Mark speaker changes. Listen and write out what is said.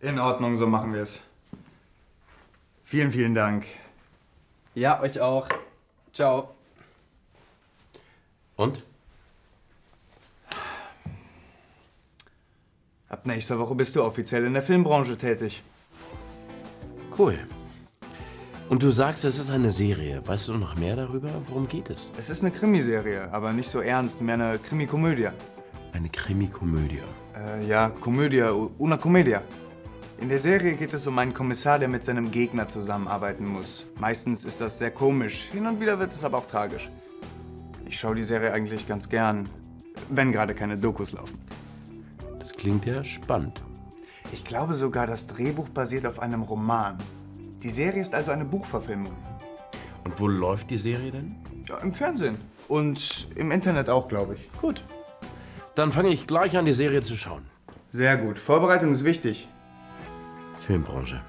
Speaker 1: In Ordnung, so machen wir es. Vielen, vielen Dank.
Speaker 2: Ja, euch auch. Ciao.
Speaker 3: Und?
Speaker 1: Ab nächster Woche bist du offiziell in der Filmbranche tätig.
Speaker 3: Cool. Und du sagst, es ist eine Serie. Weißt du noch mehr darüber? Worum geht es?
Speaker 1: Es ist eine Krimiserie, aber nicht so ernst, mehr eine Krimikomödie.
Speaker 3: Eine Krimikomödie.
Speaker 1: Äh, ja, Komödie, u- una Commedia. In der Serie geht es um einen Kommissar, der mit seinem Gegner zusammenarbeiten muss. Meistens ist das sehr komisch, hin und wieder wird es aber auch tragisch. Ich schaue die Serie eigentlich ganz gern, wenn gerade keine Dokus laufen.
Speaker 3: Das klingt ja spannend.
Speaker 1: Ich glaube sogar, das Drehbuch basiert auf einem Roman. Die Serie ist also eine Buchverfilmung.
Speaker 3: Und wo läuft die Serie denn?
Speaker 1: Ja, im Fernsehen. Und im Internet auch, glaube ich.
Speaker 3: Gut. Dann fange ich gleich an, die Serie zu schauen.
Speaker 1: Sehr gut. Vorbereitung ist wichtig.
Speaker 3: Filmbranche.